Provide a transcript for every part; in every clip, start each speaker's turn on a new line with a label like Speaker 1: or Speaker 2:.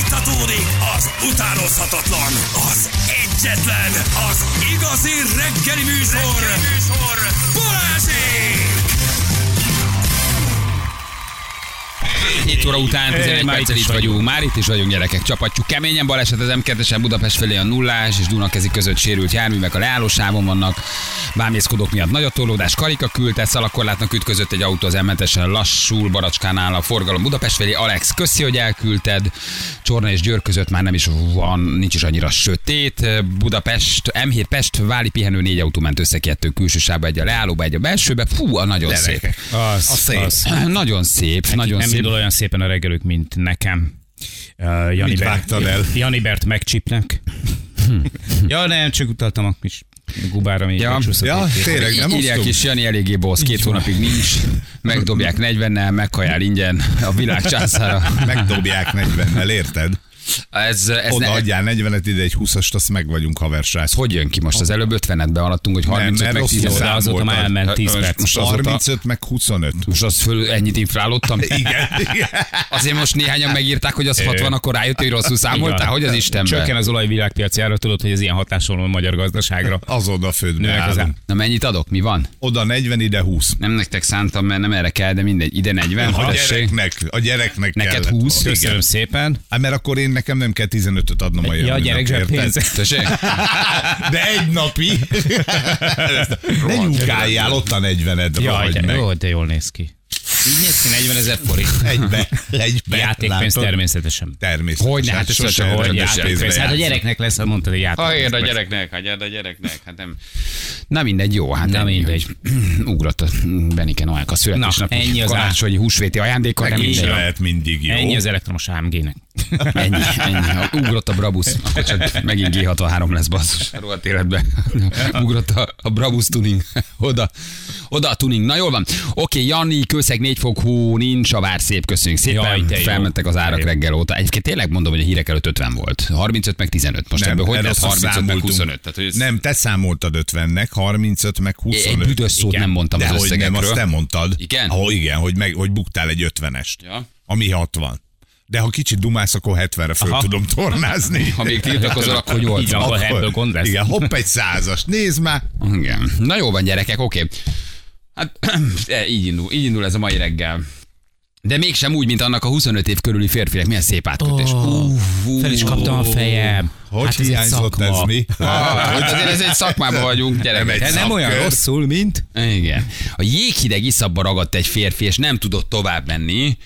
Speaker 1: Fújtatódik az utánozhatatlan, az egyetlen, az igazi reggeli műsor, reggeli műsor. Balázsék!
Speaker 2: 7 óra után
Speaker 3: Hey,
Speaker 2: 11
Speaker 3: már
Speaker 2: perccel
Speaker 3: itt
Speaker 2: itt
Speaker 3: is
Speaker 2: vagyunk. Már itt is vagyunk, gyerekek. Csapatjuk keményen baleset az M2-esen Budapest felé a nullás és Dunakezi között sérült járművek a leállósávon vannak. Vámészkodók miatt nagy a torlódás, karika küldte, szalakorlátnak ütközött egy autó az m lassul, Baracskánál a forgalom Budapest felé. Alex, köszi, hogy elküldted. Csorna és Győr között már nem is van, nincs is annyira sötét. Budapest, M7 Pest, Váli pihenő négy autó ment össze kettő külső sávba, egy a leállóba, egy a belsőbe. Fú, a nagyon szép.
Speaker 3: Az,
Speaker 4: A szép.
Speaker 3: az.
Speaker 2: Nagyon szép, nagyon
Speaker 3: nem
Speaker 2: szép.
Speaker 3: indul olyan szépen a reggelük, mint nekem. Uh, Jani
Speaker 4: Mit vágtad el?
Speaker 3: Janibert megcsipnek. ja, nem, csak utaltam a kis gubára, még
Speaker 2: Ja.
Speaker 3: ja.
Speaker 4: Ja, tényleg, nem
Speaker 2: Írják
Speaker 4: osztunk?
Speaker 2: is, Jani eléggé bossz, két hónapig nincs, megdobják 40-nel, meghajál ingyen a világ császára.
Speaker 4: Megdobják 40-nel, érted?
Speaker 2: Ez, ez
Speaker 4: Oda
Speaker 2: ne,
Speaker 4: adjál 40-et, ide egy 20-ast, azt meg vagyunk haversrác.
Speaker 2: ez hogy jön ki most? Az előbb 50-et bealadtunk, hogy 35
Speaker 4: mert
Speaker 2: meg
Speaker 4: rossz
Speaker 2: 10
Speaker 4: szám
Speaker 3: De azóta már
Speaker 4: voltad.
Speaker 3: elment 10 perc.
Speaker 2: Most azóta,
Speaker 4: 35 meg 25.
Speaker 2: most az föl ennyit infrálódtam?
Speaker 4: Igen, igen.
Speaker 2: Azért most néhányan megírták, hogy az 60, akkor rájött, hogy rosszul számoltál,
Speaker 3: Igen.
Speaker 2: hogy az Istenben.
Speaker 3: Csökken az olajvilágpiacjára, tudod, hogy ez ilyen hatással van a magyar gazdaságra.
Speaker 4: Azóta földbe
Speaker 3: Nőnek az
Speaker 4: állunk.
Speaker 3: ám-
Speaker 2: Na mennyit adok? Mi van?
Speaker 4: Oda 40, ide 20.
Speaker 2: Nem nektek szántam, mert nem erre kell, de mindegy. Ide 40, ha
Speaker 4: A
Speaker 2: tessék.
Speaker 4: gyereknek, a gyereknek
Speaker 2: Neked
Speaker 4: kellett
Speaker 2: 20?
Speaker 4: volna.
Speaker 3: Köszönöm
Speaker 4: Igen.
Speaker 3: szépen.
Speaker 4: Hát mert akkor én nekem nem kell 15-öt adnom a
Speaker 3: Ja, a
Speaker 4: jövőnek,
Speaker 3: gyerek
Speaker 4: érted?
Speaker 3: zsebpénz.
Speaker 2: Tessék?
Speaker 4: De egy napi. ne nyúkáljál, ott a 40-ed.
Speaker 3: Jaj,
Speaker 4: vagy
Speaker 3: de,
Speaker 4: meg.
Speaker 3: jó, de jól néz ki. Így néz ki 40 ezer forint.
Speaker 4: Egybe, egybe.
Speaker 3: Játékpénz
Speaker 4: látod?
Speaker 3: természetesen.
Speaker 4: Természetesen.
Speaker 2: Hogyne, hát ez
Speaker 4: sose
Speaker 2: sose, hogy
Speaker 4: érdemes
Speaker 2: játékpénz.
Speaker 4: pénzbe
Speaker 3: Játékpénz. Hát a
Speaker 4: játszani.
Speaker 3: gyereknek lesz, mondtad, hogy játékpénz.
Speaker 2: Hagyjad a gyereknek, hagyjad a gyereknek, hát nem. Na mindegy, jó, hát
Speaker 3: Na
Speaker 2: ennyi,
Speaker 3: mindegy.
Speaker 2: hogy Ugrott a Benike Noák a születésnapi
Speaker 3: Na, ennyi az á-
Speaker 2: karácsonyi húsvéti ajándéka, nem
Speaker 4: Meg is
Speaker 2: mindegy.
Speaker 4: lehet mindig jó.
Speaker 3: Ennyi az elektromos AMG-nek.
Speaker 2: Ennyi, ennyi. Ha Ugrott a Brabus, akkor csak megint G63 lesz basszus. a Rohadt életbe. Ugrott a, a Brabus tuning. Oda, oda a tuning. Na jól van. Oké, Jani, kőszeg 4 fok hó, nincs a vár szép, köszönjük szépen.
Speaker 3: Jaj, de jó.
Speaker 2: Felmentek az árak
Speaker 3: Jaj.
Speaker 2: reggel óta. Egyébként tényleg mondom, hogy a hírek előtt 50 volt. 35 meg 15. Most ebből hogy
Speaker 4: erre
Speaker 2: lett
Speaker 4: azt
Speaker 2: 35 meg
Speaker 4: számoltunk.
Speaker 2: 25? Tehát, hogy ez-
Speaker 4: Nem, te számoltad 50-nek, 35 meg
Speaker 2: Egy
Speaker 4: 25.
Speaker 2: büdös szót
Speaker 3: Igen.
Speaker 2: nem mondtam
Speaker 4: De
Speaker 2: az
Speaker 4: hogy nem,
Speaker 2: összegekről.
Speaker 4: azt te mondtad.
Speaker 2: Igen?
Speaker 4: Ha, igen, hogy, meg, hogy buktál egy 50-est.
Speaker 2: Ja.
Speaker 4: Ami 60. De ha kicsit dumász, akkor 70-re föl
Speaker 3: Aha.
Speaker 4: tudom tornázni.
Speaker 2: ha még tiltakozol, akkor
Speaker 3: Így van.
Speaker 2: 80.
Speaker 3: Akkor ebből gond lesz.
Speaker 4: Igen, hopp egy százas. Nézd már.
Speaker 2: Igen. Na jó van, gyerekek, oké. Hát e, így indul, így indul ez a mai reggel. De mégsem úgy, mint annak a 25 év körüli férfinek. Milyen szép átkötés. Oh,
Speaker 3: Fel is kaptam a fejem.
Speaker 4: Hogy
Speaker 3: Hát ez egy
Speaker 4: hiányzott
Speaker 3: szakma.
Speaker 4: ez mi?
Speaker 2: Hát azért ez egy szakmában vagyunk, gyerekek.
Speaker 4: egy
Speaker 2: Hát
Speaker 3: Nem
Speaker 4: Szakör.
Speaker 3: olyan rosszul, mint...
Speaker 2: Igen. A jéghideg iszabba ragadt egy férfi, és nem tudott tovább menni.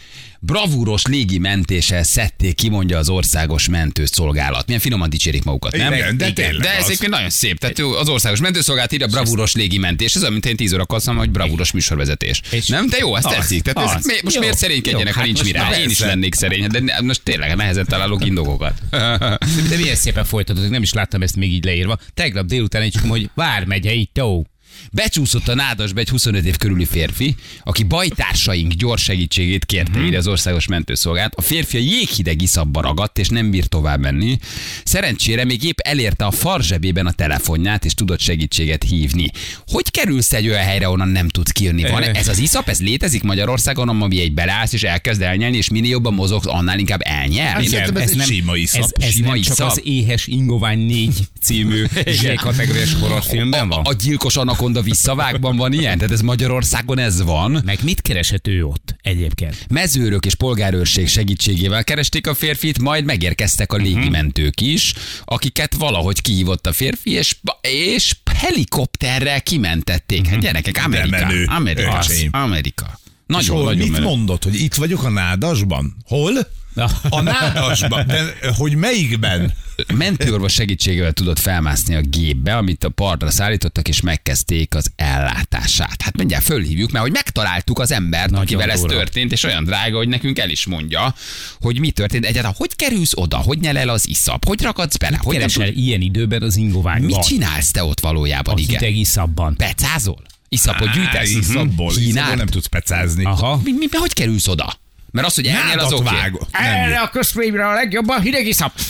Speaker 2: Bravúros légi mentéssel szedték ki, mondja az országos mentőszolgálat. Milyen finoman dicsérik magukat, nem?
Speaker 4: Igen, de tényleg
Speaker 2: De ez
Speaker 4: az.
Speaker 2: egyébként nagyon szép. Tehát jó, az országos mentőszolgálat írja bravúros légi mentés. Ez olyan, mint én 10 óra azt hogy bravúros műsorvezetés.
Speaker 3: És-
Speaker 2: nem, de jó, ezt
Speaker 3: Az,
Speaker 2: tetszik. Tehát ez,
Speaker 3: az.
Speaker 2: mi- most
Speaker 3: Jó,
Speaker 2: miért szerénykedjenek,
Speaker 3: jó,
Speaker 2: ha
Speaker 3: hát
Speaker 2: nincs
Speaker 3: most
Speaker 2: mire?
Speaker 3: na
Speaker 2: Én is
Speaker 3: persze.
Speaker 2: lennék szerény, de ne- most tényleg nehezen találok indokokat.
Speaker 3: De milyen szépen folytatod, nem is láttam ezt még így leírva. Tegnap délután egy hogy Vármegyei tó.
Speaker 2: Becsúszott a nádasba egy 25 év körüli férfi, aki bajtársaink gyors segítségét kérte, írja az országos mentőszolgált. A férfi a jéghideg iszabba ragadt, és nem bír tovább menni. Szerencsére még épp elérte a farzsebében a telefonját, és tudott segítséget hívni. Hogy kerülsz egy olyan helyre, onnan nem tudsz kijönni? Van
Speaker 3: Eh.
Speaker 2: ez az iszap, ez létezik Magyarországon, ami egy belász, és elkezd elnyelni, és minél jobban mozogsz, annál inkább elnyel?
Speaker 4: Igen. Hát szerintem ez egy sima iszap.
Speaker 3: Ez, ez
Speaker 2: Sima
Speaker 3: nem csak
Speaker 2: iszap.
Speaker 3: az éhes ingovány négy című Z-kategóriás horrorfilmben van.
Speaker 2: A gyilkos anakonda visszavágban van ilyen? Tehát ez Magyarországon ez van.
Speaker 3: Meg mit keresett ő ott egyébként?
Speaker 2: Mezőrök és polgárőrség segítségével keresték a férfit, majd megérkeztek a
Speaker 3: Mhm.
Speaker 2: légimentők is, akiket valahogy kihívott a férfi, és, és helikopterrel kimentették.
Speaker 3: Mhm.
Speaker 2: Hát gyerekek, Amerika.
Speaker 4: menő.
Speaker 2: Amerika. Az,
Speaker 4: Öcsém.
Speaker 2: Amerika.
Speaker 4: És
Speaker 2: Nagyon,
Speaker 4: hol,
Speaker 2: nagyon
Speaker 4: mit
Speaker 2: menő.
Speaker 4: mondod, hogy itt vagyok a nádasban? Hol?
Speaker 3: Na.
Speaker 4: A nádasban. De hogy melyikben?
Speaker 2: Mentőorvos segítségével tudott felmászni a gépbe, amit a partra szállítottak, és megkezdték az ellátását. Hát mindjárt fölhívjuk, mert hogy megtaláltuk az embert, Nagyon akivel ez
Speaker 3: durva.
Speaker 2: történt, és olyan drága, hogy nekünk el is mondja, hogy mi történt. Egyáltalán hogy kerülsz oda, hogy nyel el az iszap, hogy rakadsz bele, hogy nem
Speaker 3: Keresel ilyen időben az ingoványban.
Speaker 2: Mit csinálsz te ott valójában?
Speaker 3: A
Speaker 2: igen.
Speaker 3: hideg iszapban.
Speaker 2: Pecázol? Iszapot gyűjtesz? Mhm.
Speaker 4: Iszabból. Iszabból
Speaker 2: Kínált?
Speaker 4: nem tudsz pecázni.
Speaker 3: Aha.
Speaker 2: Mi, mi, mi, hogy kerülsz oda? Mert az, hogy elnyel az
Speaker 4: Nádat
Speaker 2: oké.
Speaker 4: vág. Nem jó.
Speaker 3: a közprémre a legjobb a hideg iszap.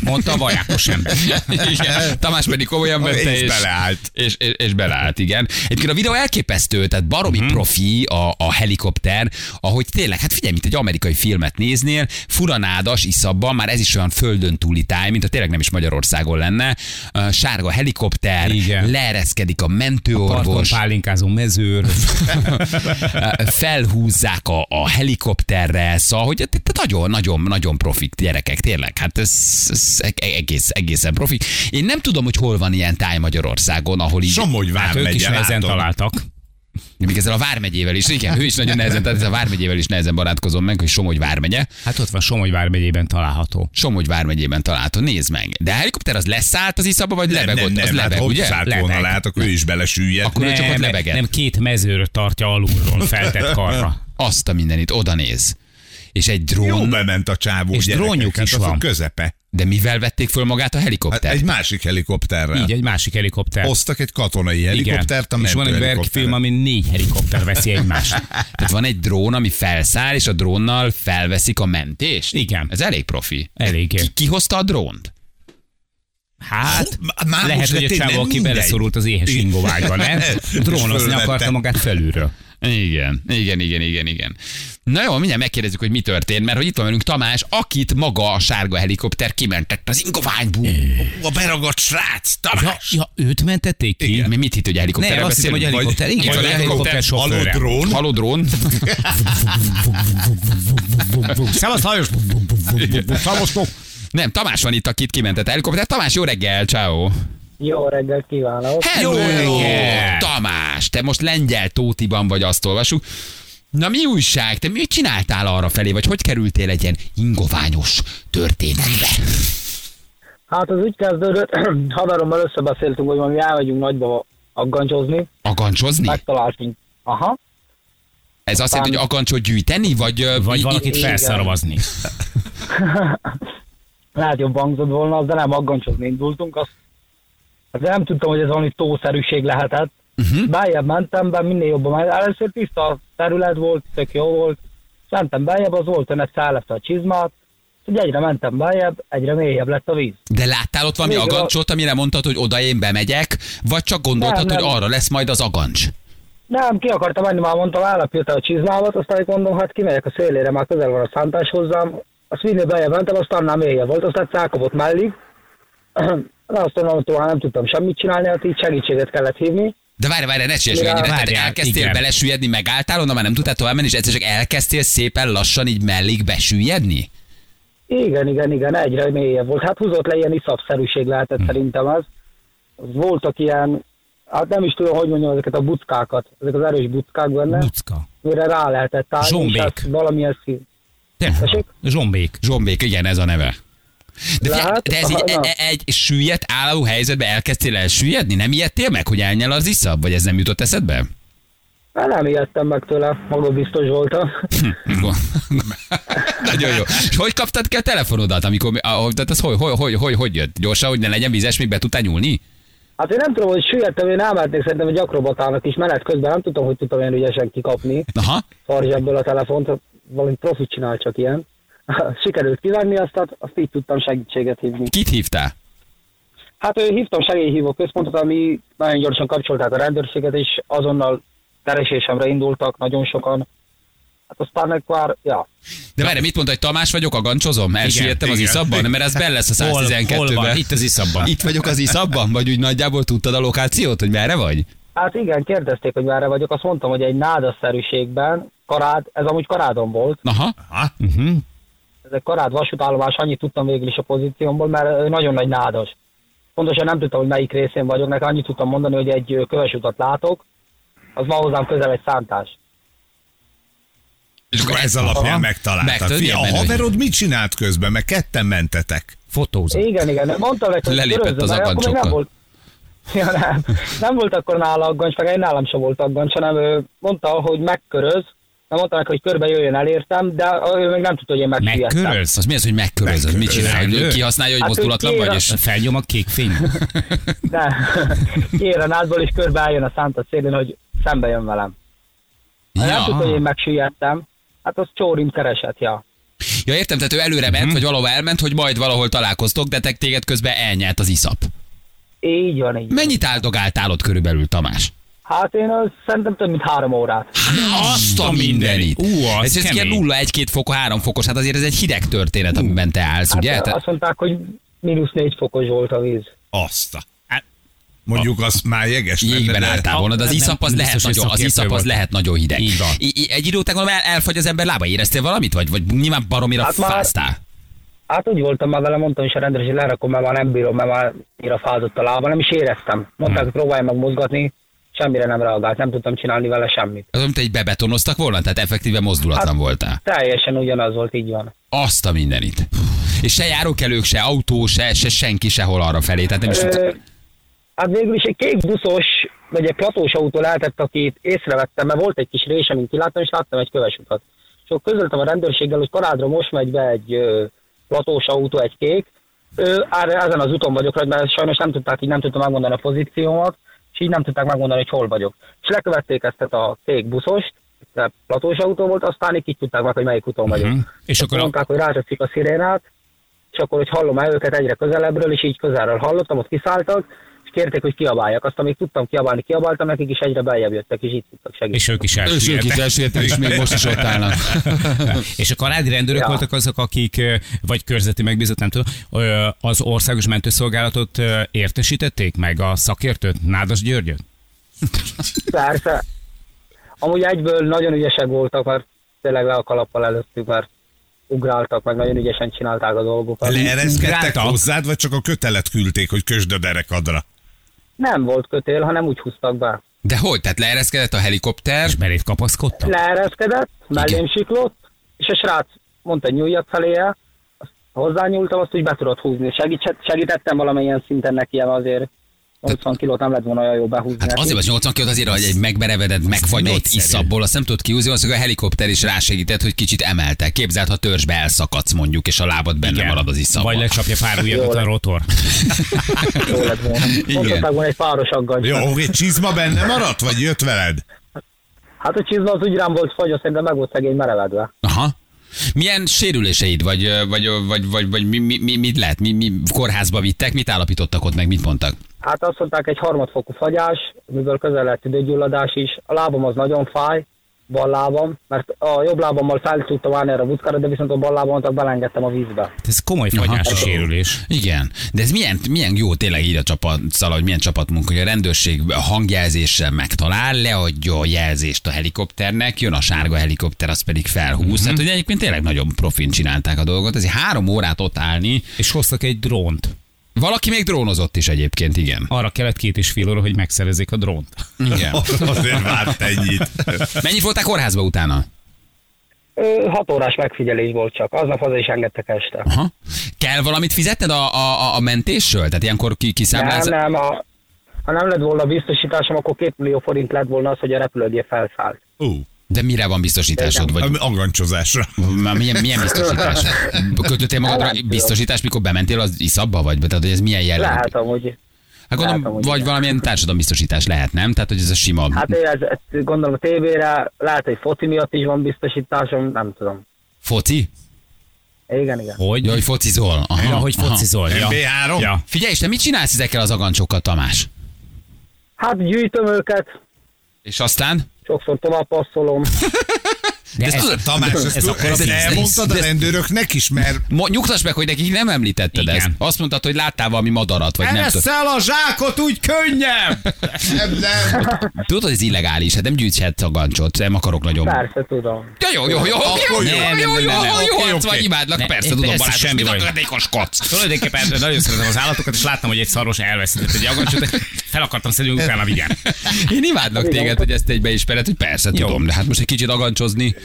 Speaker 2: Mondta a vajákos ember. Igen. Tamás pedig komolyan vette,
Speaker 4: És
Speaker 2: és,
Speaker 4: beleállt.
Speaker 2: És, és, és beleállt, igen. Egyébként a videó elképesztő, tehát baromi mm-hmm. profi a, a helikopter, ahogy tényleg, hát figyelj, mint egy amerikai filmet néznél, furanádas iszabban, már ez is olyan földön túli táj, mint a tényleg nem is Magyarországon lenne. Ö, Sárga helikopter,
Speaker 3: Igen.
Speaker 2: leereszkedik a
Speaker 3: Parton
Speaker 2: mentőorvos,
Speaker 3: pálinkázó mezőr.
Speaker 2: felhúzzák a, a helikopterre, szóval, hogy te- te nagyon, nagyon, nagyon profik gyerekek, tényleg, hát ez, ez e- egész, egészen profik. Én nem tudom, hogy hol van ilyen táj Magyarországon, ahol így...
Speaker 4: Somogy
Speaker 3: Hát ők is
Speaker 4: vármegye,
Speaker 3: nehezen
Speaker 4: látom.
Speaker 3: találtak.
Speaker 2: Még ezzel a Vármegyével is, igen, ő is nagyon nehezen, tehát ez a Vármegyével is nehezen barátkozom meg, hogy Somogy Vármegye.
Speaker 3: Hát ott van Somogy vármegyében található.
Speaker 2: Somogy Vármegyében található, nézd meg. De a helikopter az leszállt az iszaba, vagy
Speaker 4: Nem,
Speaker 2: lebeg
Speaker 4: nem,
Speaker 2: ott?
Speaker 4: nem,
Speaker 2: az
Speaker 4: hát
Speaker 2: lebeg,
Speaker 4: hogy
Speaker 2: ugye?
Speaker 4: szállt
Speaker 2: Lebeg.
Speaker 4: volna, látok, ő is belesüllyed.
Speaker 2: Akkor ő csak ott
Speaker 3: nem,
Speaker 2: lebegett.
Speaker 3: nem, két mezőr tartja alulról feltett karra.
Speaker 2: Azt a mindenit, oda néz. És egy drón,
Speaker 4: Jó bement a csávó
Speaker 3: És
Speaker 4: gyerekek,
Speaker 3: drónjuk
Speaker 4: hát
Speaker 3: is
Speaker 4: az a
Speaker 3: van.
Speaker 4: közepe.
Speaker 2: de mivel vették föl magát a
Speaker 4: Hát
Speaker 2: helikoptert?
Speaker 4: egy másik helikopterrel.
Speaker 3: Így egy másik helikopter.
Speaker 4: Hoztak egy katonai helikoptert, a
Speaker 3: És van egy Berg film,
Speaker 4: mentőhelikopteret.
Speaker 3: ami négy helikopter veszi egymást.
Speaker 2: Tehát van egy drón, ami felszáll, és a drónnal felveszik a mentést?
Speaker 3: Igen.
Speaker 2: Ez elég profi.
Speaker 3: Eléggé.
Speaker 2: Ki, ki hozta a drónt?
Speaker 3: Hát,
Speaker 4: Hú, már
Speaker 3: lehet,
Speaker 4: most
Speaker 3: hogy
Speaker 4: de
Speaker 3: a
Speaker 4: tényleg
Speaker 3: csávó, aki
Speaker 4: mindegy.
Speaker 3: beleszorult az éhes ingóvágyba, nem?
Speaker 4: És
Speaker 3: Drónozni
Speaker 4: fölvette.
Speaker 3: akarta magát felülről.
Speaker 2: Igen, igen, igen, igen, igen. Na jó, mindjárt megkérdezzük, hogy mi történt, mert hogy itt van velünk Tamás, akit maga a sárga helikopter kimentett az ingoványból.
Speaker 4: A beragadt srác,
Speaker 3: Ja,
Speaker 4: Tamás!
Speaker 3: ja őt mentették ki?
Speaker 2: Mi mit hitt, hogy helikopter?
Speaker 3: Nem, azt hittem, hogy helikopter. Igen,
Speaker 4: Vagy
Speaker 3: a helikopter sofőre.
Speaker 4: halodrón.
Speaker 2: Halodrón.
Speaker 3: Szevasz, Lajos! Szavaztok!
Speaker 2: Nem, Tamás van itt, akit kimentett a helikopter. Tamás, jó reggel, ciao.
Speaker 5: Jó reggelt kívánok!
Speaker 2: Hello,
Speaker 3: reggel.
Speaker 2: Tamás, te most lengyel tótiban vagy, azt olvasjuk. Na mi újság? Te mit csináltál arra felé, vagy hogy kerültél egy ilyen ingoványos történetbe?
Speaker 5: Hát az úgy kezdődött, haverommal összebeszéltünk, hogy mi elmegyünk nagyba aggancsozni,
Speaker 2: Agancsozni?
Speaker 5: Hát, megtaláltunk. Aha.
Speaker 2: Ez azt jelenti, hogy agancsot gyűjteni, vagy... ö,
Speaker 3: Vagy
Speaker 2: i-
Speaker 3: valakit
Speaker 5: Igen.
Speaker 3: felszaravazni.
Speaker 5: Lehet jobb hangzott volna, az, de nem aggancsozni indultunk, azt Hát nem tudtam, hogy ez valami tószerűség lehetett. Uh-huh. Beljebb mentem, be minél jobban mentem. Először tiszta a terület volt, tök jó volt. Mentem beljebb, az volt egy szállefte a csizmát. Úgyhogy egyre mentem beljebb, egyre mélyebb lett a víz.
Speaker 2: De láttál ott valami
Speaker 5: Még a-
Speaker 2: agancsot, amire mondtad, hogy oda én bemegyek, vagy csak gondoltad,
Speaker 5: Nem, nem.
Speaker 2: hogy arra lesz majd az agancs?
Speaker 5: Nem, ki akartam menni, már mondtam, állapjött a csizmámat, aztán így mondom, hát kimegyek a szélére, már közel van a szántás hozzám. Azt vinni bejebb mentem, aztán annál mélyebb volt, aztán cákapott mellig. De azt mondom, hogy tovább nem tudtam semmit csinálni, hát így segítséget kellett hívni.
Speaker 2: De várj, várj, ne csinálj
Speaker 5: Ja,
Speaker 2: ennyire. Tehát
Speaker 3: várjál,
Speaker 2: elkezdtél
Speaker 3: igen.
Speaker 2: belesüllyedni, megálltál, onnan már nem tudtál tovább menni, és egyszer csak elkezdtél szépen lassan így mellig besüllyedni?
Speaker 5: Igen, igen, igen, egyre mélyebb volt. Hát húzott le ilyen iszapszerűség lehetett
Speaker 2: Hmm.
Speaker 5: szerintem az. Voltak ilyen, hát nem is tudom, hogy mondjam ezeket a buckákat, ezek az erős buckák benne,
Speaker 3: Bucka.
Speaker 5: mire rá lehetett állni,
Speaker 3: Zsombék.
Speaker 5: és hát valamilyen szív.
Speaker 3: Te-
Speaker 5: Tessék?
Speaker 3: Zsombék.
Speaker 2: Zsombék, igen, ez a neve. De, figyelj,
Speaker 5: Lehet?
Speaker 2: de ez így
Speaker 5: Aha.
Speaker 2: e- e- egy süllyedt álló helyzetben elkezdtél elsüllyedni? Nem ijedtél meg, hogy elnyel az iszap? Vagy ez nem jutott eszedbe?
Speaker 5: Hát nem ijedtem meg tőle, magabiztos voltam.
Speaker 2: Hm, Nagyon jó. És hogy kaptad ki a telefonodat, amikor, mi- ahogy- tehát ez hogy, hogy, hogy, hogy, hogy jött? Gyorsan, hogy ne legyen vizes, még be tudtál nyúlni?
Speaker 5: Hát én nem tudom, hogy süllyedtem, én elmehetnék szerintem egy akrobatának is menet közben, nem tudtam, hogy tudtam ilyen ügyesen kikapni
Speaker 2: Aha.
Speaker 5: farzsebből a telefont, valami profi csinál csak ilyen. Sikerült kivenni azt, hát azt így tudtam segítséget hívni.
Speaker 2: Kit hívtál?
Speaker 5: Hát ő hívtam segélyhívó központot, ami nagyon gyorsan kapcsolták a rendőrséget, és azonnal keresésemre indultak nagyon sokan. Hát aztán meg már, ja,
Speaker 2: De várj, mit mondta, hogy Tamás vagyok, agancsozom? Elsüllyedtem az
Speaker 4: igen.
Speaker 2: iszapban? Mert ez benne lesz a
Speaker 3: Hol, hol van?
Speaker 2: 112-ben.
Speaker 3: Itt az iszabban.
Speaker 2: Itt vagyok az iszapban? Vagy úgy nagyjából tudtad a lokációt, hogy merre vagy?
Speaker 5: hát igen, kérdezték, hogy merre vagyok, azt mondtam, hogy egy nádaszerűségben, karád, ez amúgy karádon volt,
Speaker 2: Aha.
Speaker 4: Aha.
Speaker 5: ez egy karád vasútállomás, annyit tudtam végül is a pozíciómból, mert ő nagyon nagy nádas. Pontosan nem tudtam, hogy melyik részén vagyok, nekem annyit tudtam mondani, hogy egy ö, köves utat látok, az ma hozzám közel egy szántás.
Speaker 4: És akkor ez alapján megtaláltad.
Speaker 2: Megtudni,
Speaker 4: Fia, A
Speaker 2: menő.
Speaker 4: haverod mit csinált közben? Mert ketten mentetek.
Speaker 3: Fotózott.
Speaker 5: Igen, igen, mondtam neki, hogy
Speaker 2: Lelépett
Speaker 5: körözzön,
Speaker 2: az
Speaker 5: mert akkor még
Speaker 2: agancsokkal.
Speaker 5: nem volt, ja, nem. nem volt akkor nála aggancs, meg én nálam sem volt aggancs, hanem ő mondta, hogy megköröz, nem mondta neki, hogy körbe jöjjön elértem, de ő még nem tudta, hogy én megsüllyedtem.
Speaker 3: Megkörölsz?
Speaker 2: Az mi az, hogy megkörözöd? Mit csinál?
Speaker 3: Megköröz.
Speaker 2: Kihasználja, hogy
Speaker 5: Hát, hogy
Speaker 2: mozdulatlan
Speaker 5: kiér
Speaker 2: vagy?
Speaker 5: a-
Speaker 2: És...
Speaker 3: Felnyom a kék fény.
Speaker 5: De kiér a nádból, és körbe álljon a szánta szélén, hogy szembe jön velem. Ja. Nem tudta, hogy én megsüllyedtem. Hát az csórim keresett, ja.
Speaker 2: Ja, értem, tehát ő előre
Speaker 3: Mhm.
Speaker 2: ment, vagy valahol elment, hogy majd valahol találkoztok, de te téged közben elnyelt az iszap.
Speaker 5: Így van, így.
Speaker 2: Mennyit áldogáltál ott körülbelül, Tamás?
Speaker 5: Hát én azt szerintem több mint három órát. Hát
Speaker 2: Azt a mindenit!
Speaker 3: Ú, az
Speaker 2: ez ez
Speaker 3: kemény.
Speaker 2: ilyen 0, 1, 2 fok, 3 fokos, hát azért ez egy hideg történet, amiben te állsz,
Speaker 5: Hát
Speaker 2: ugye?
Speaker 5: Ugye,
Speaker 2: Tehát-
Speaker 5: azt mondták, hogy mínusz négy fokos volt a víz.
Speaker 4: Azt a... Mondjuk azt már jeges lenne,
Speaker 2: Jégben
Speaker 4: de-
Speaker 2: álltál volna, de az
Speaker 3: hát Nem,
Speaker 2: iszap az
Speaker 3: nem
Speaker 2: lehet
Speaker 3: biztos, hogy
Speaker 2: nagyon, az
Speaker 3: szakértő
Speaker 2: iszap az
Speaker 3: volt.
Speaker 2: lehet nagyon hideg.
Speaker 3: Így van.
Speaker 2: I- i- Egy idő után gondolom el- elfogy az ember lába, éreztél valamit, vagy, vagy nyilván baromira
Speaker 5: Hát már-
Speaker 2: fáztál?
Speaker 5: Hát úgy voltam már vele, mondtam is a rendőr, hogy lerakom, mert már nem bírom, mert már mire fázott a lába, nem is éreztem. Mondták, hogy próbálj meg mozgatni, semmire nem reagált, nem tudtam csinálni vele semmit.
Speaker 2: Az, amit egy bebetonoztak volna, tehát effektíve
Speaker 3: Hát-
Speaker 2: mozdulatlan voltál.
Speaker 5: Teljesen ugyanaz volt, így van.
Speaker 2: Azt a mindenit. És se járókelők, se autó, se, se senki sehol arra felé. Tehát nem is
Speaker 5: Ö, hát végül is egy kék buszos, vagy egy platós autó lehetett, akit észrevettem, mert volt egy kis rés, amin kiláttam, és láttam egy köves utat. És akkor közöltem a rendőrséggel, hogy Karádra most megy be egy ö, platós autó, egy kék. Ö, erre- ezen az úton vagyok, rajta, mert sajnos nem tudták, így nem tudtam megmondani a pozíciómat, és így nem tudták megmondani, hogy hol vagyok. És lekövették ezt tehát a kék buszost, tehát platós autó volt, aztán így, így tudták meg, hogy melyik úton vagyok.
Speaker 3: Mhm. És
Speaker 5: Akkor
Speaker 3: akkor a-
Speaker 5: mondták, hogy rátetszik a szirénát, és akkor, hogy hallom el őket egyre közelebbről, és így közelről hallottam, ott kiszálltak, és kérték, hogy kiabáljak. Azt, amíg tudtam kiabálni, kiabáltam, nekik is egyre beljebb jöttek, és így tudtak segíteni.
Speaker 3: És ők is
Speaker 2: És ők is
Speaker 3: elsüllyedtek.
Speaker 2: elsüllyedtek, és még most is ott állnak.
Speaker 3: És a kanádi rendőrök
Speaker 5: Ja.
Speaker 3: voltak azok, akik, ö, vagy körzeti megbízott, nem tudom, ö, az országos mentőszolgálatot ö, értesítették meg a szakértőt, Nádas Györgyöt?
Speaker 5: Persze. Amúgy egyből nagyon ügyesek voltak, mert tényleg le a kalappal előttük, mert ugráltak, meg nagyon ügyesen csinálták a dolgokat.
Speaker 4: Leereszkedtek
Speaker 3: Ugráltak.
Speaker 4: hozzád, vagy csak a kötelet küldték, hogy kösd a derekadra?
Speaker 5: Nem volt kötél, hanem úgy húztak be.
Speaker 2: De hogy? Tehát leereszkedett a helikopter,
Speaker 3: És belét kapaszkodtak?
Speaker 5: Leereszkedett, mellém siklott, és a srác mondta, hogy nyúljak feléje, azt hozzányúltam, azt úgy be tudott húzni. Segítse- segítettem valamilyen szinten neki, mert azért 80 kilót nem lett volna olyan jó behúzni.
Speaker 2: Hát
Speaker 5: neki.
Speaker 2: azért az 80 kilót azért, hogy egy megmerevedett, megfagyott
Speaker 3: negyszerű.
Speaker 2: iszapból, azt nem tudod kiúzni, az a helikopter is rásegített, hogy kicsit emelte. Képzeld, ha törzsbe elszakadsz mondjuk, és a lábad benne
Speaker 3: Igen.
Speaker 2: marad az iszapban.
Speaker 3: Vagy lecsapja pár ujjadat a rotor.
Speaker 5: Jó lett volna.
Speaker 2: Igen.
Speaker 5: Mondhatták volna egy páros aggagy.
Speaker 4: Jó, hogy csizma benne maradt, vagy jött veled?
Speaker 5: Hát a csizma az úgy rám volt fagyva, szerintem meg volt szegény merevedve.
Speaker 2: Aha. Milyen sérüléseid, vagy, ö, vagy, ö, vagy, vagy, vagy mi, mi, mi, mit lehet? Mi, mi, kórházba vittek, mit állapítottak ott meg, mit mondtak?
Speaker 5: Hát azt mondták, egy harmadfokú fagyás, miből közel lett tüdőgyulladás is. A lábam az nagyon fáj, bal lábam, mert a jobb lábammal fel tudtam állni erre a buckára, de viszont a bal lábamat belengedtem a vízbe.
Speaker 3: Ez komoly fagyási
Speaker 2: Aha.
Speaker 3: sérülés.
Speaker 2: Igen, de ez milyen, milyen jó tényleg így a csapat, szala, hogy milyen csapatmunka, hogy a rendőrség hangjelzéssel megtalál, leadja a jelzést a helikopternek, jön a sárga helikopter, az pedig felhúz. Mm-hmm.
Speaker 3: Mhm.
Speaker 2: Hát ugye egyébként tényleg nagyon profin csinálták a dolgot, ezért három órát ott állni.
Speaker 3: És hoztak egy drónt.
Speaker 2: Valaki még drónozott is egyébként, igen.
Speaker 3: Arra kellett két és fél óra, hogy megszerezzék a drónt.
Speaker 2: igen.
Speaker 4: Azért
Speaker 3: hát
Speaker 4: várt ennyit.
Speaker 2: Mennyi voltál kórházba utána?
Speaker 5: Ö, hat órás megfigyelés volt csak, aznap haza is engedtek este.
Speaker 2: Aha. Kell valamit fizetned a, a, a- a mentésről? Tehát ilyenkor ki,
Speaker 5: Nem,
Speaker 2: kiszámlálsz?
Speaker 5: nem, a, ha nem lett volna biztosításom, akkor két millió forint lett volna az, hogy a repülőgép felszállt.
Speaker 4: Ú,
Speaker 2: De mire van biztosításod? Vagy
Speaker 4: agancsozásra.
Speaker 2: Már milyen, milyen biztosítás? Kötöttél magadra
Speaker 5: Nem tudom.
Speaker 2: biztosítást, mikor bementél az iszabba vagy? Tehát, hogy ez milyen jellegű?
Speaker 5: Lehet amúgy.
Speaker 2: hát gondolom,
Speaker 5: lehet, amúgy
Speaker 2: vagy
Speaker 5: igen.
Speaker 2: valamilyen társadalombiztosítás lehet, nem? Tehát, hogy ez a sima...
Speaker 5: Hát én ez, ez, gondolom a tévére, lehet, hogy foci miatt is van biztosításom, nem tudom.
Speaker 2: Foci?
Speaker 5: Igen, igen.
Speaker 3: Hogy?
Speaker 2: Ja, hogy focizol. Aha,
Speaker 3: Ja, hogy
Speaker 2: aha.
Speaker 3: focizol. Ja.
Speaker 4: MB3?
Speaker 3: Ja.
Speaker 2: Figyelj, és te mit csinálsz ezekkel az agancsokkal, Tamás?
Speaker 5: Hát gyűjtöm őket,
Speaker 2: És aztán?
Speaker 5: sokszor tovább passzolom.
Speaker 2: De
Speaker 3: ez-
Speaker 2: tudod,
Speaker 4: Tamás,
Speaker 2: ez
Speaker 4: ezt, ezt,
Speaker 2: akkor a
Speaker 4: ezt
Speaker 2: biznisz.
Speaker 4: elmondtad a
Speaker 2: De-
Speaker 4: rendőröknek is, mert
Speaker 2: Mo- nyugtass meg, hogy nekik nem említetted
Speaker 3: Igen.
Speaker 2: ezt. Azt mondtad, hogy láttál valami madarat, vagy nem tudod.
Speaker 3: Eleszel a zsákot úgy könnyebb!
Speaker 4: nem, nem.
Speaker 2: Tudod, hogy ez illegális, hát nem gyűjthetsz agancsot, nem akarok nagyon.
Speaker 5: Persze, tudom.
Speaker 2: Ja, jó, jó, jó, jó, jó, jó,
Speaker 4: Akkor jó.
Speaker 2: jó,
Speaker 3: Nem,
Speaker 2: jó,
Speaker 3: nem,
Speaker 2: jó,
Speaker 3: nem, nem.
Speaker 2: jó,
Speaker 3: Oké,
Speaker 2: jó,
Speaker 3: oké.
Speaker 2: vagy imádlak,
Speaker 3: Ne,
Speaker 2: persze,
Speaker 3: én
Speaker 2: tudom,
Speaker 3: persze,
Speaker 2: barátom,
Speaker 3: semmi
Speaker 2: mit
Speaker 3: baj.
Speaker 2: akadékos koc.
Speaker 3: Tulajdonképpen nagyon szeretem az állatokat, és láttam, hogy egy szaros elveszített egy agancsot, fel akartam szedni, hogy utána vigyem.
Speaker 2: Én imádlak téged, hogy ezt egy beismered, hogy persze,
Speaker 3: Jó.
Speaker 2: tudom, de hát most egy kicsit agancsozni.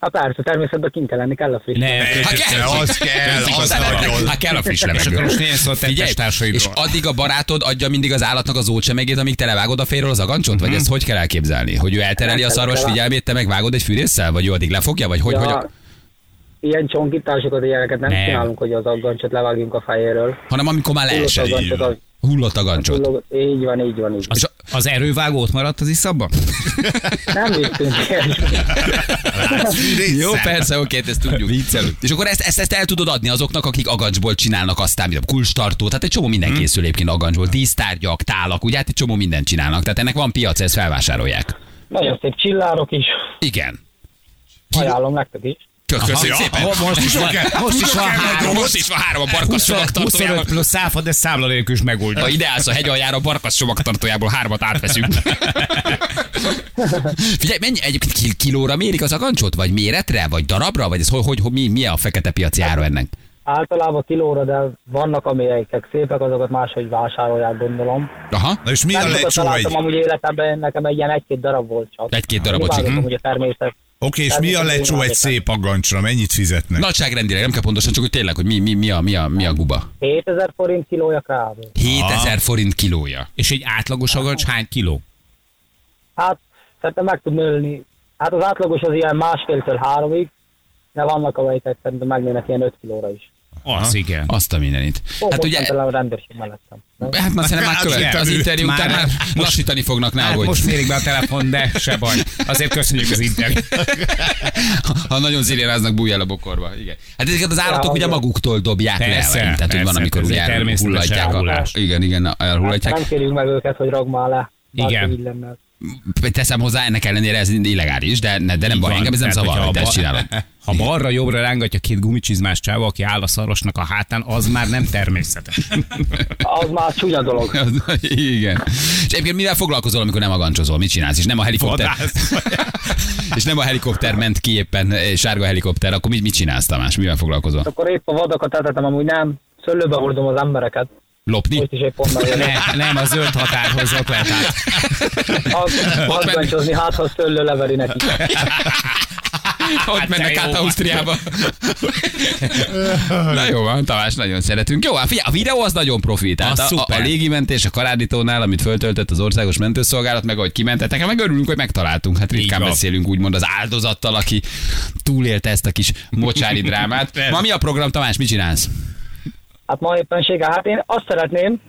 Speaker 5: Hát persze, természetben kint kell lenni, kell a friss.
Speaker 3: Ne,
Speaker 2: Hát kell,
Speaker 4: az kell,
Speaker 2: Tetszik
Speaker 4: az
Speaker 2: levegő.
Speaker 4: nagyon.
Speaker 2: Hát kell a friss
Speaker 3: és akkor
Speaker 2: levegő.
Speaker 3: most néhány szó a
Speaker 2: Figyelj,
Speaker 3: tettes társaidról.
Speaker 2: és addig a barátod adja mindig az állatnak az ócsemegét, amíg te levágod a fejről az agancsot?
Speaker 3: Mhm.
Speaker 2: Vagy ezt hogy kell elképzelni? Hogy ő eltereli a szarvas figyelmét, te megvágod egy fűrészsel? Vagy ő addig lefogja? Vagy hogy?
Speaker 5: Ja,
Speaker 2: hogy a-
Speaker 5: Ilyen csonkításokat, ilyeneket nem,
Speaker 3: Nem.
Speaker 5: csinálunk, hogy az aggancsot levágjunk a fejéről.
Speaker 2: Hanem amikor már
Speaker 5: Tudod,
Speaker 2: leesett.
Speaker 5: aggancsot,
Speaker 4: van.
Speaker 5: az-
Speaker 2: Hú, Hullott a gancsot.
Speaker 5: Hullog- Így van, így van, így van.
Speaker 3: És az erővágó ott maradt az iszabban?
Speaker 5: Nem vittünk el.
Speaker 2: Jó, persze, oké, ezt tudjuk.
Speaker 4: Viccelő.
Speaker 2: És akkor ezt, ezt, ezt el tudod adni azoknak, akik agancsból csinálnak aztán, mint a kulcstartó, tehát egy csomó minden készül egyébként agancsból, dísztárgyak, tálak, ugye, hát egy csomó mindent csinálnak, tehát ennek van piac, ezt felvásárolják.
Speaker 5: Nagyon szép csillárok is,
Speaker 2: Igen.
Speaker 5: ajánlom nektek is.
Speaker 2: Tök köszönjük
Speaker 3: Aha.
Speaker 2: szépen.
Speaker 3: Aha, most is van- most is van
Speaker 2: Tudok-e
Speaker 3: három.
Speaker 2: majd- Most is van három a barkas csomagtartójában.
Speaker 3: plusz száfa, de számla nélkül is megoldja.
Speaker 2: Ha ideálsz a hegy aljára, a barkas csomagtartójából hármat átveszünk. Figyelj, mennyi egyébként kil- kilóra mérik az agancsot? Vagy méretre? Vagy darabra? Vagy ez hogy, hogy, hogy mi, mi a fekete piaci ára ennek?
Speaker 5: Általában kilóra, de vannak amelyek szépek, azokat máshogy vásárolják, gondolom.
Speaker 2: Aha.
Speaker 4: Na és mi a
Speaker 5: Nem sokat
Speaker 4: lecsó egy?
Speaker 5: találtam
Speaker 4: Oké,
Speaker 5: amúgy életemben, nekem egy ilyen egy-két darab volt csak.
Speaker 2: Egy-két darabot,
Speaker 5: Imádom
Speaker 2: igen.
Speaker 5: amúgy a természet.
Speaker 4: és mi a lecsó egy
Speaker 5: Természetesen.
Speaker 4: szép aggancsra? Mennyit fizetnek?
Speaker 2: Nagyságrendileg, nem kell pontosan, csak hogy tényleg, hogy mi, mi, mi, a, mi, a, mi a guba.
Speaker 5: 7000 forint kilója kb.
Speaker 2: 7000 forint kilója.
Speaker 3: És egy átlagos agancs hány kiló?
Speaker 5: Hát, szerintem meg tud nőni. Hát az átlagos az ilyen másféltől háromig, de vannak amelyek szerintem megnőnek ilyen 5 kilóra is.
Speaker 3: Az igen.
Speaker 2: Azt a mindenit.
Speaker 5: Ó,
Speaker 2: Hát ugye,
Speaker 5: rendőrség mellettem.
Speaker 2: hát már szerintem már
Speaker 4: Hát
Speaker 2: követ
Speaker 4: igen,
Speaker 2: az interjú
Speaker 3: már-
Speaker 2: után, már lassítani fognak ne
Speaker 3: Hát
Speaker 2: aggódj.
Speaker 3: most mérik be a telefon, de se baj. Azért köszönjük az interjút.
Speaker 2: ha nagyon ziréráznak, bújj el a bokorba. Igen. Hát ezeket az állatok
Speaker 5: Ja,
Speaker 2: ugye
Speaker 5: igen.
Speaker 2: maguktól dobják
Speaker 3: Persze,
Speaker 2: le. Tehát, hogy van,
Speaker 3: persze,
Speaker 2: amikor
Speaker 3: ez
Speaker 2: ugye
Speaker 3: egy természetes
Speaker 2: elhullatják. A,
Speaker 3: elhullás.
Speaker 2: igen, igen, elhullatják.
Speaker 5: Nem kérjük meg őket, hogy ragd már le.
Speaker 3: Igen.
Speaker 5: Hát, így lenne.
Speaker 2: Teszem hozzá, ennek ellenére ez illegális, de, ne- de nem
Speaker 3: Így
Speaker 2: baj,
Speaker 3: van.
Speaker 2: engem ez nem
Speaker 3: Tehát,
Speaker 2: zavar,
Speaker 3: hogyha
Speaker 2: hogy te
Speaker 3: a
Speaker 2: ezt
Speaker 3: ba-
Speaker 2: csinálod.
Speaker 3: Ha balra jobbra rángatja két gumicsizmás csáva, aki áll a szarosnak a hátán, az már nem természetes.
Speaker 5: Az már csúnya dolog.
Speaker 2: Az- Igen. És egyébként mivel foglalkozol, amikor nem agancsozol? Mit csinálsz? És nem a helikopter... és nem a helikopter ment ki éppen, eh, sárga helikopter, akkor mit, mit csinálsz, Tamás? Mivel foglalkozol?
Speaker 5: Akkor épp a vadakat etetem, amúgy nem. Szöllőbe hordom az embereket.
Speaker 2: Lopni?
Speaker 5: Most is épp onnan jönnek.
Speaker 3: Ne, nem, a zöld határhoz ott lehet át.
Speaker 2: Ott mennek.
Speaker 5: Aggancsozni, hát ha szöllő leveri neki.
Speaker 2: Ott
Speaker 3: Hát de
Speaker 2: mennek
Speaker 3: jó
Speaker 2: át
Speaker 3: van.
Speaker 2: Ausztriába. Na jó van, Tamás, nagyon szeretünk. Jó, hát figyelj, a videó az nagyon profi. Tehát
Speaker 3: Az
Speaker 2: a, a, a
Speaker 3: szuper.
Speaker 2: légimentés a karádítónál, amit föltöltött az országos mentőszolgálat, meg ahogy kimentetek, hát meg örülünk, hogy megtaláltunk. Hát ritkán
Speaker 3: Így van.
Speaker 2: beszélünk úgymond az áldozattal, aki túlélte ezt a kis mocsári drámát. Ma mi a program, Tamás, mit csinálsz?
Speaker 5: Hát ma éppenséggel, hát én azt szeretném,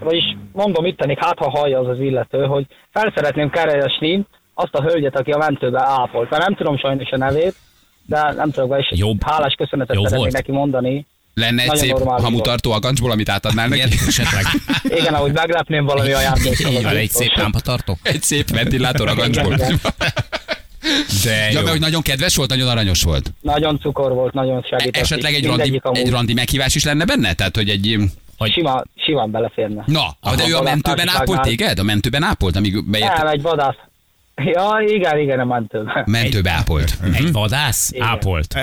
Speaker 5: vagyis mondom ittenik, hát ha hallja az az illető, hogy fel szeretném keresni azt a hölgyet, aki a mentőbe ápolt. Már nem tudom sajnos a nevét, de nem tudok be, és
Speaker 3: Jobb.
Speaker 5: hálás köszönetet
Speaker 3: Jó
Speaker 5: szeretnék
Speaker 3: volt.
Speaker 5: neki mondani.
Speaker 2: Lenne egy
Speaker 5: Nagyon
Speaker 2: szép
Speaker 5: normális
Speaker 2: hamutartó agancsból, amit átadnál
Speaker 3: Igen,
Speaker 2: neki?
Speaker 3: esetleg.
Speaker 5: Igen, ahogy meglepném valami ajándékot.
Speaker 3: Így
Speaker 5: az
Speaker 3: van, egy
Speaker 5: biztos.
Speaker 3: szép lámpa tartok.
Speaker 2: Egy szép ventilátor agancsból.
Speaker 5: Igen,
Speaker 3: De
Speaker 2: Ja,
Speaker 3: jó.
Speaker 2: mert hogy nagyon kedves volt, nagyon aranyos volt. E,
Speaker 5: Nagyon cukor volt, nagyon
Speaker 3: E-
Speaker 5: segített.
Speaker 2: Esetleg egy randi,
Speaker 5: Mindegyik amúgy
Speaker 2: egy randi meghívás is lenne benne? Tehát, hogy egy...
Speaker 5: Sima, simán beleférne.
Speaker 2: Na,
Speaker 5: Aha.
Speaker 2: de ő a
Speaker 5: Valami
Speaker 2: mentőben ápolt
Speaker 5: társaságnál.
Speaker 2: téged? A mentőben ápolt, amíg
Speaker 5: Nem,
Speaker 2: beért...
Speaker 5: egy vadász. Ja, igen, igen, a mentőbe.
Speaker 2: Mentőbe ápolt. Mhm.
Speaker 3: Egy vadász
Speaker 5: Igen.
Speaker 3: ápolt.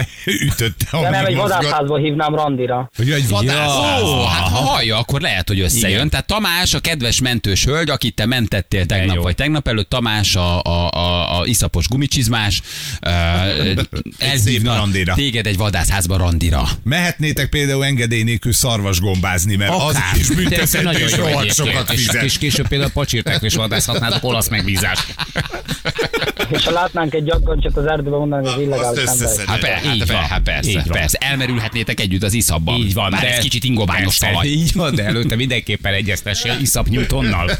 Speaker 4: Ütötte,
Speaker 5: De nem, egy
Speaker 4: amíg mozgat.
Speaker 5: vadászházból hívnám randira.
Speaker 4: Hogy egy vadász.
Speaker 2: Ó, hát ha hallja, akkor lehet, hogy összejön.
Speaker 3: Igen.
Speaker 2: Tehát Tamás, a kedves mentős hölgy, akit te mentettél tegnap
Speaker 3: jó.
Speaker 2: vagy tegnap előtt, Tamás a, a, a, a iszapos gumicsizmás, ö, ö, elhívna
Speaker 4: randira.
Speaker 2: téged egy vadászházba randira.
Speaker 4: Mehetnétek például engedély nélkül szarvasgombázni, mert az
Speaker 2: Akár.
Speaker 4: is
Speaker 3: Persze nagyon
Speaker 4: büntetés
Speaker 3: jó
Speaker 4: rohadt
Speaker 3: egyébként.
Speaker 4: sokat
Speaker 3: És,
Speaker 4: fizet.
Speaker 3: és később például pacsirták és vadászhatnátok olasz megbízást.
Speaker 5: És ha látnánk egy gyakkancsot az erdőben, mondanánk, hogy az illegális
Speaker 4: Azt
Speaker 5: ember.
Speaker 4: összeszed.
Speaker 2: Hát, per, hát,
Speaker 3: Így
Speaker 2: per,
Speaker 3: van.
Speaker 2: hát persze,
Speaker 3: Így van.
Speaker 2: persze. Elmerülhetnétek együtt az iszapban.
Speaker 3: Így van.
Speaker 2: Már
Speaker 3: de-
Speaker 2: ez kicsit ingoványos
Speaker 3: persze,
Speaker 2: talaj.
Speaker 3: Így van, de előtte mindenképpen egyeztessél Iszap Newtonnal.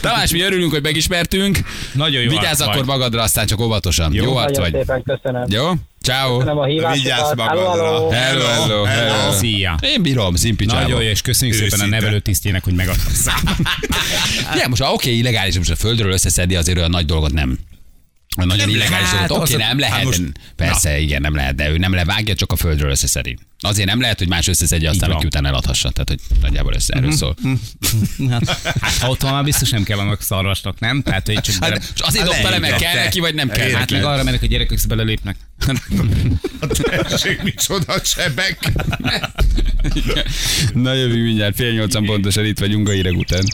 Speaker 2: Tamás, mi örülünk, hogy megismertünk.
Speaker 3: Nagyon jó
Speaker 2: Vigyázz
Speaker 3: arc
Speaker 2: akkor
Speaker 3: vagy.
Speaker 2: magadra, aztán csak óvatosan. Jó, arc
Speaker 5: Nagyon
Speaker 2: vagy.
Speaker 5: szépen köszönöm.
Speaker 2: Jó? Ciao.
Speaker 5: Köszönöm a
Speaker 4: Vigyázz
Speaker 5: hívásokat. Hello, hello.
Speaker 4: magadra.
Speaker 2: Hello, hello, hello.
Speaker 3: Szia.
Speaker 2: Én bírom, szimpi csávó.
Speaker 3: Nagyon jó, és köszönjük szépen a
Speaker 4: Őszinte.
Speaker 3: nevelőtisztjének, hogy megadta a számot.
Speaker 2: Nem, most ah, oké, illegális, most a földről összeszedni azért olyan nagy dolgot nem. A nagyon illegális
Speaker 3: lehet,
Speaker 2: dolgot. Oké,
Speaker 3: az-
Speaker 2: nem lehet.
Speaker 4: hát most-
Speaker 2: Persze, igen, nem lehet, de ő nem levágja, csak a földről összeszedi. Azért nem lehet, hogy más összeszedje, aztán
Speaker 3: van. Mhm.
Speaker 2: aki utána eladhassa. Tehát, hogy nagyjából össze erről szól.
Speaker 3: Hát, hát ha ott van, már biztos nem kell annak szarvasnak, nem? Tehát, hogy csak bele...
Speaker 2: Hát, és azért dobta le, mert
Speaker 4: leírja,
Speaker 2: kell
Speaker 4: te.
Speaker 2: neki, vagy nem kell
Speaker 3: Hát
Speaker 2: neki.
Speaker 3: meg arra mennek, hogy gyerekek is belelépnek.
Speaker 4: Tessék, micsoda sebek.
Speaker 2: Na jövünk mindjárt, fél nyolcan pontosan itt vagyunk a hírek után.